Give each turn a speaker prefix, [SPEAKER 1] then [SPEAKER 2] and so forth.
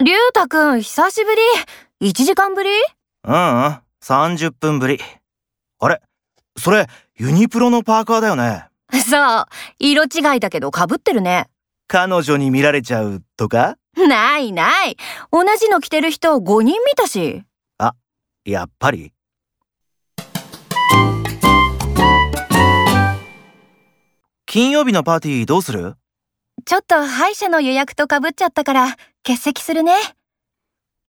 [SPEAKER 1] りゅうたくん、久しぶり。1時間ぶり
[SPEAKER 2] うんうん、30分ぶり。あれそれ、ユニプロのパーカーだよね。
[SPEAKER 1] そう。色違いだけど被ってるね。
[SPEAKER 2] 彼女に見られちゃうとか
[SPEAKER 1] ないない。同じの着てる人5人見たし。
[SPEAKER 2] やっぱり。金曜日のパーティーどうする
[SPEAKER 1] ちょっと歯医者の予約と被っちゃったから、欠席するね。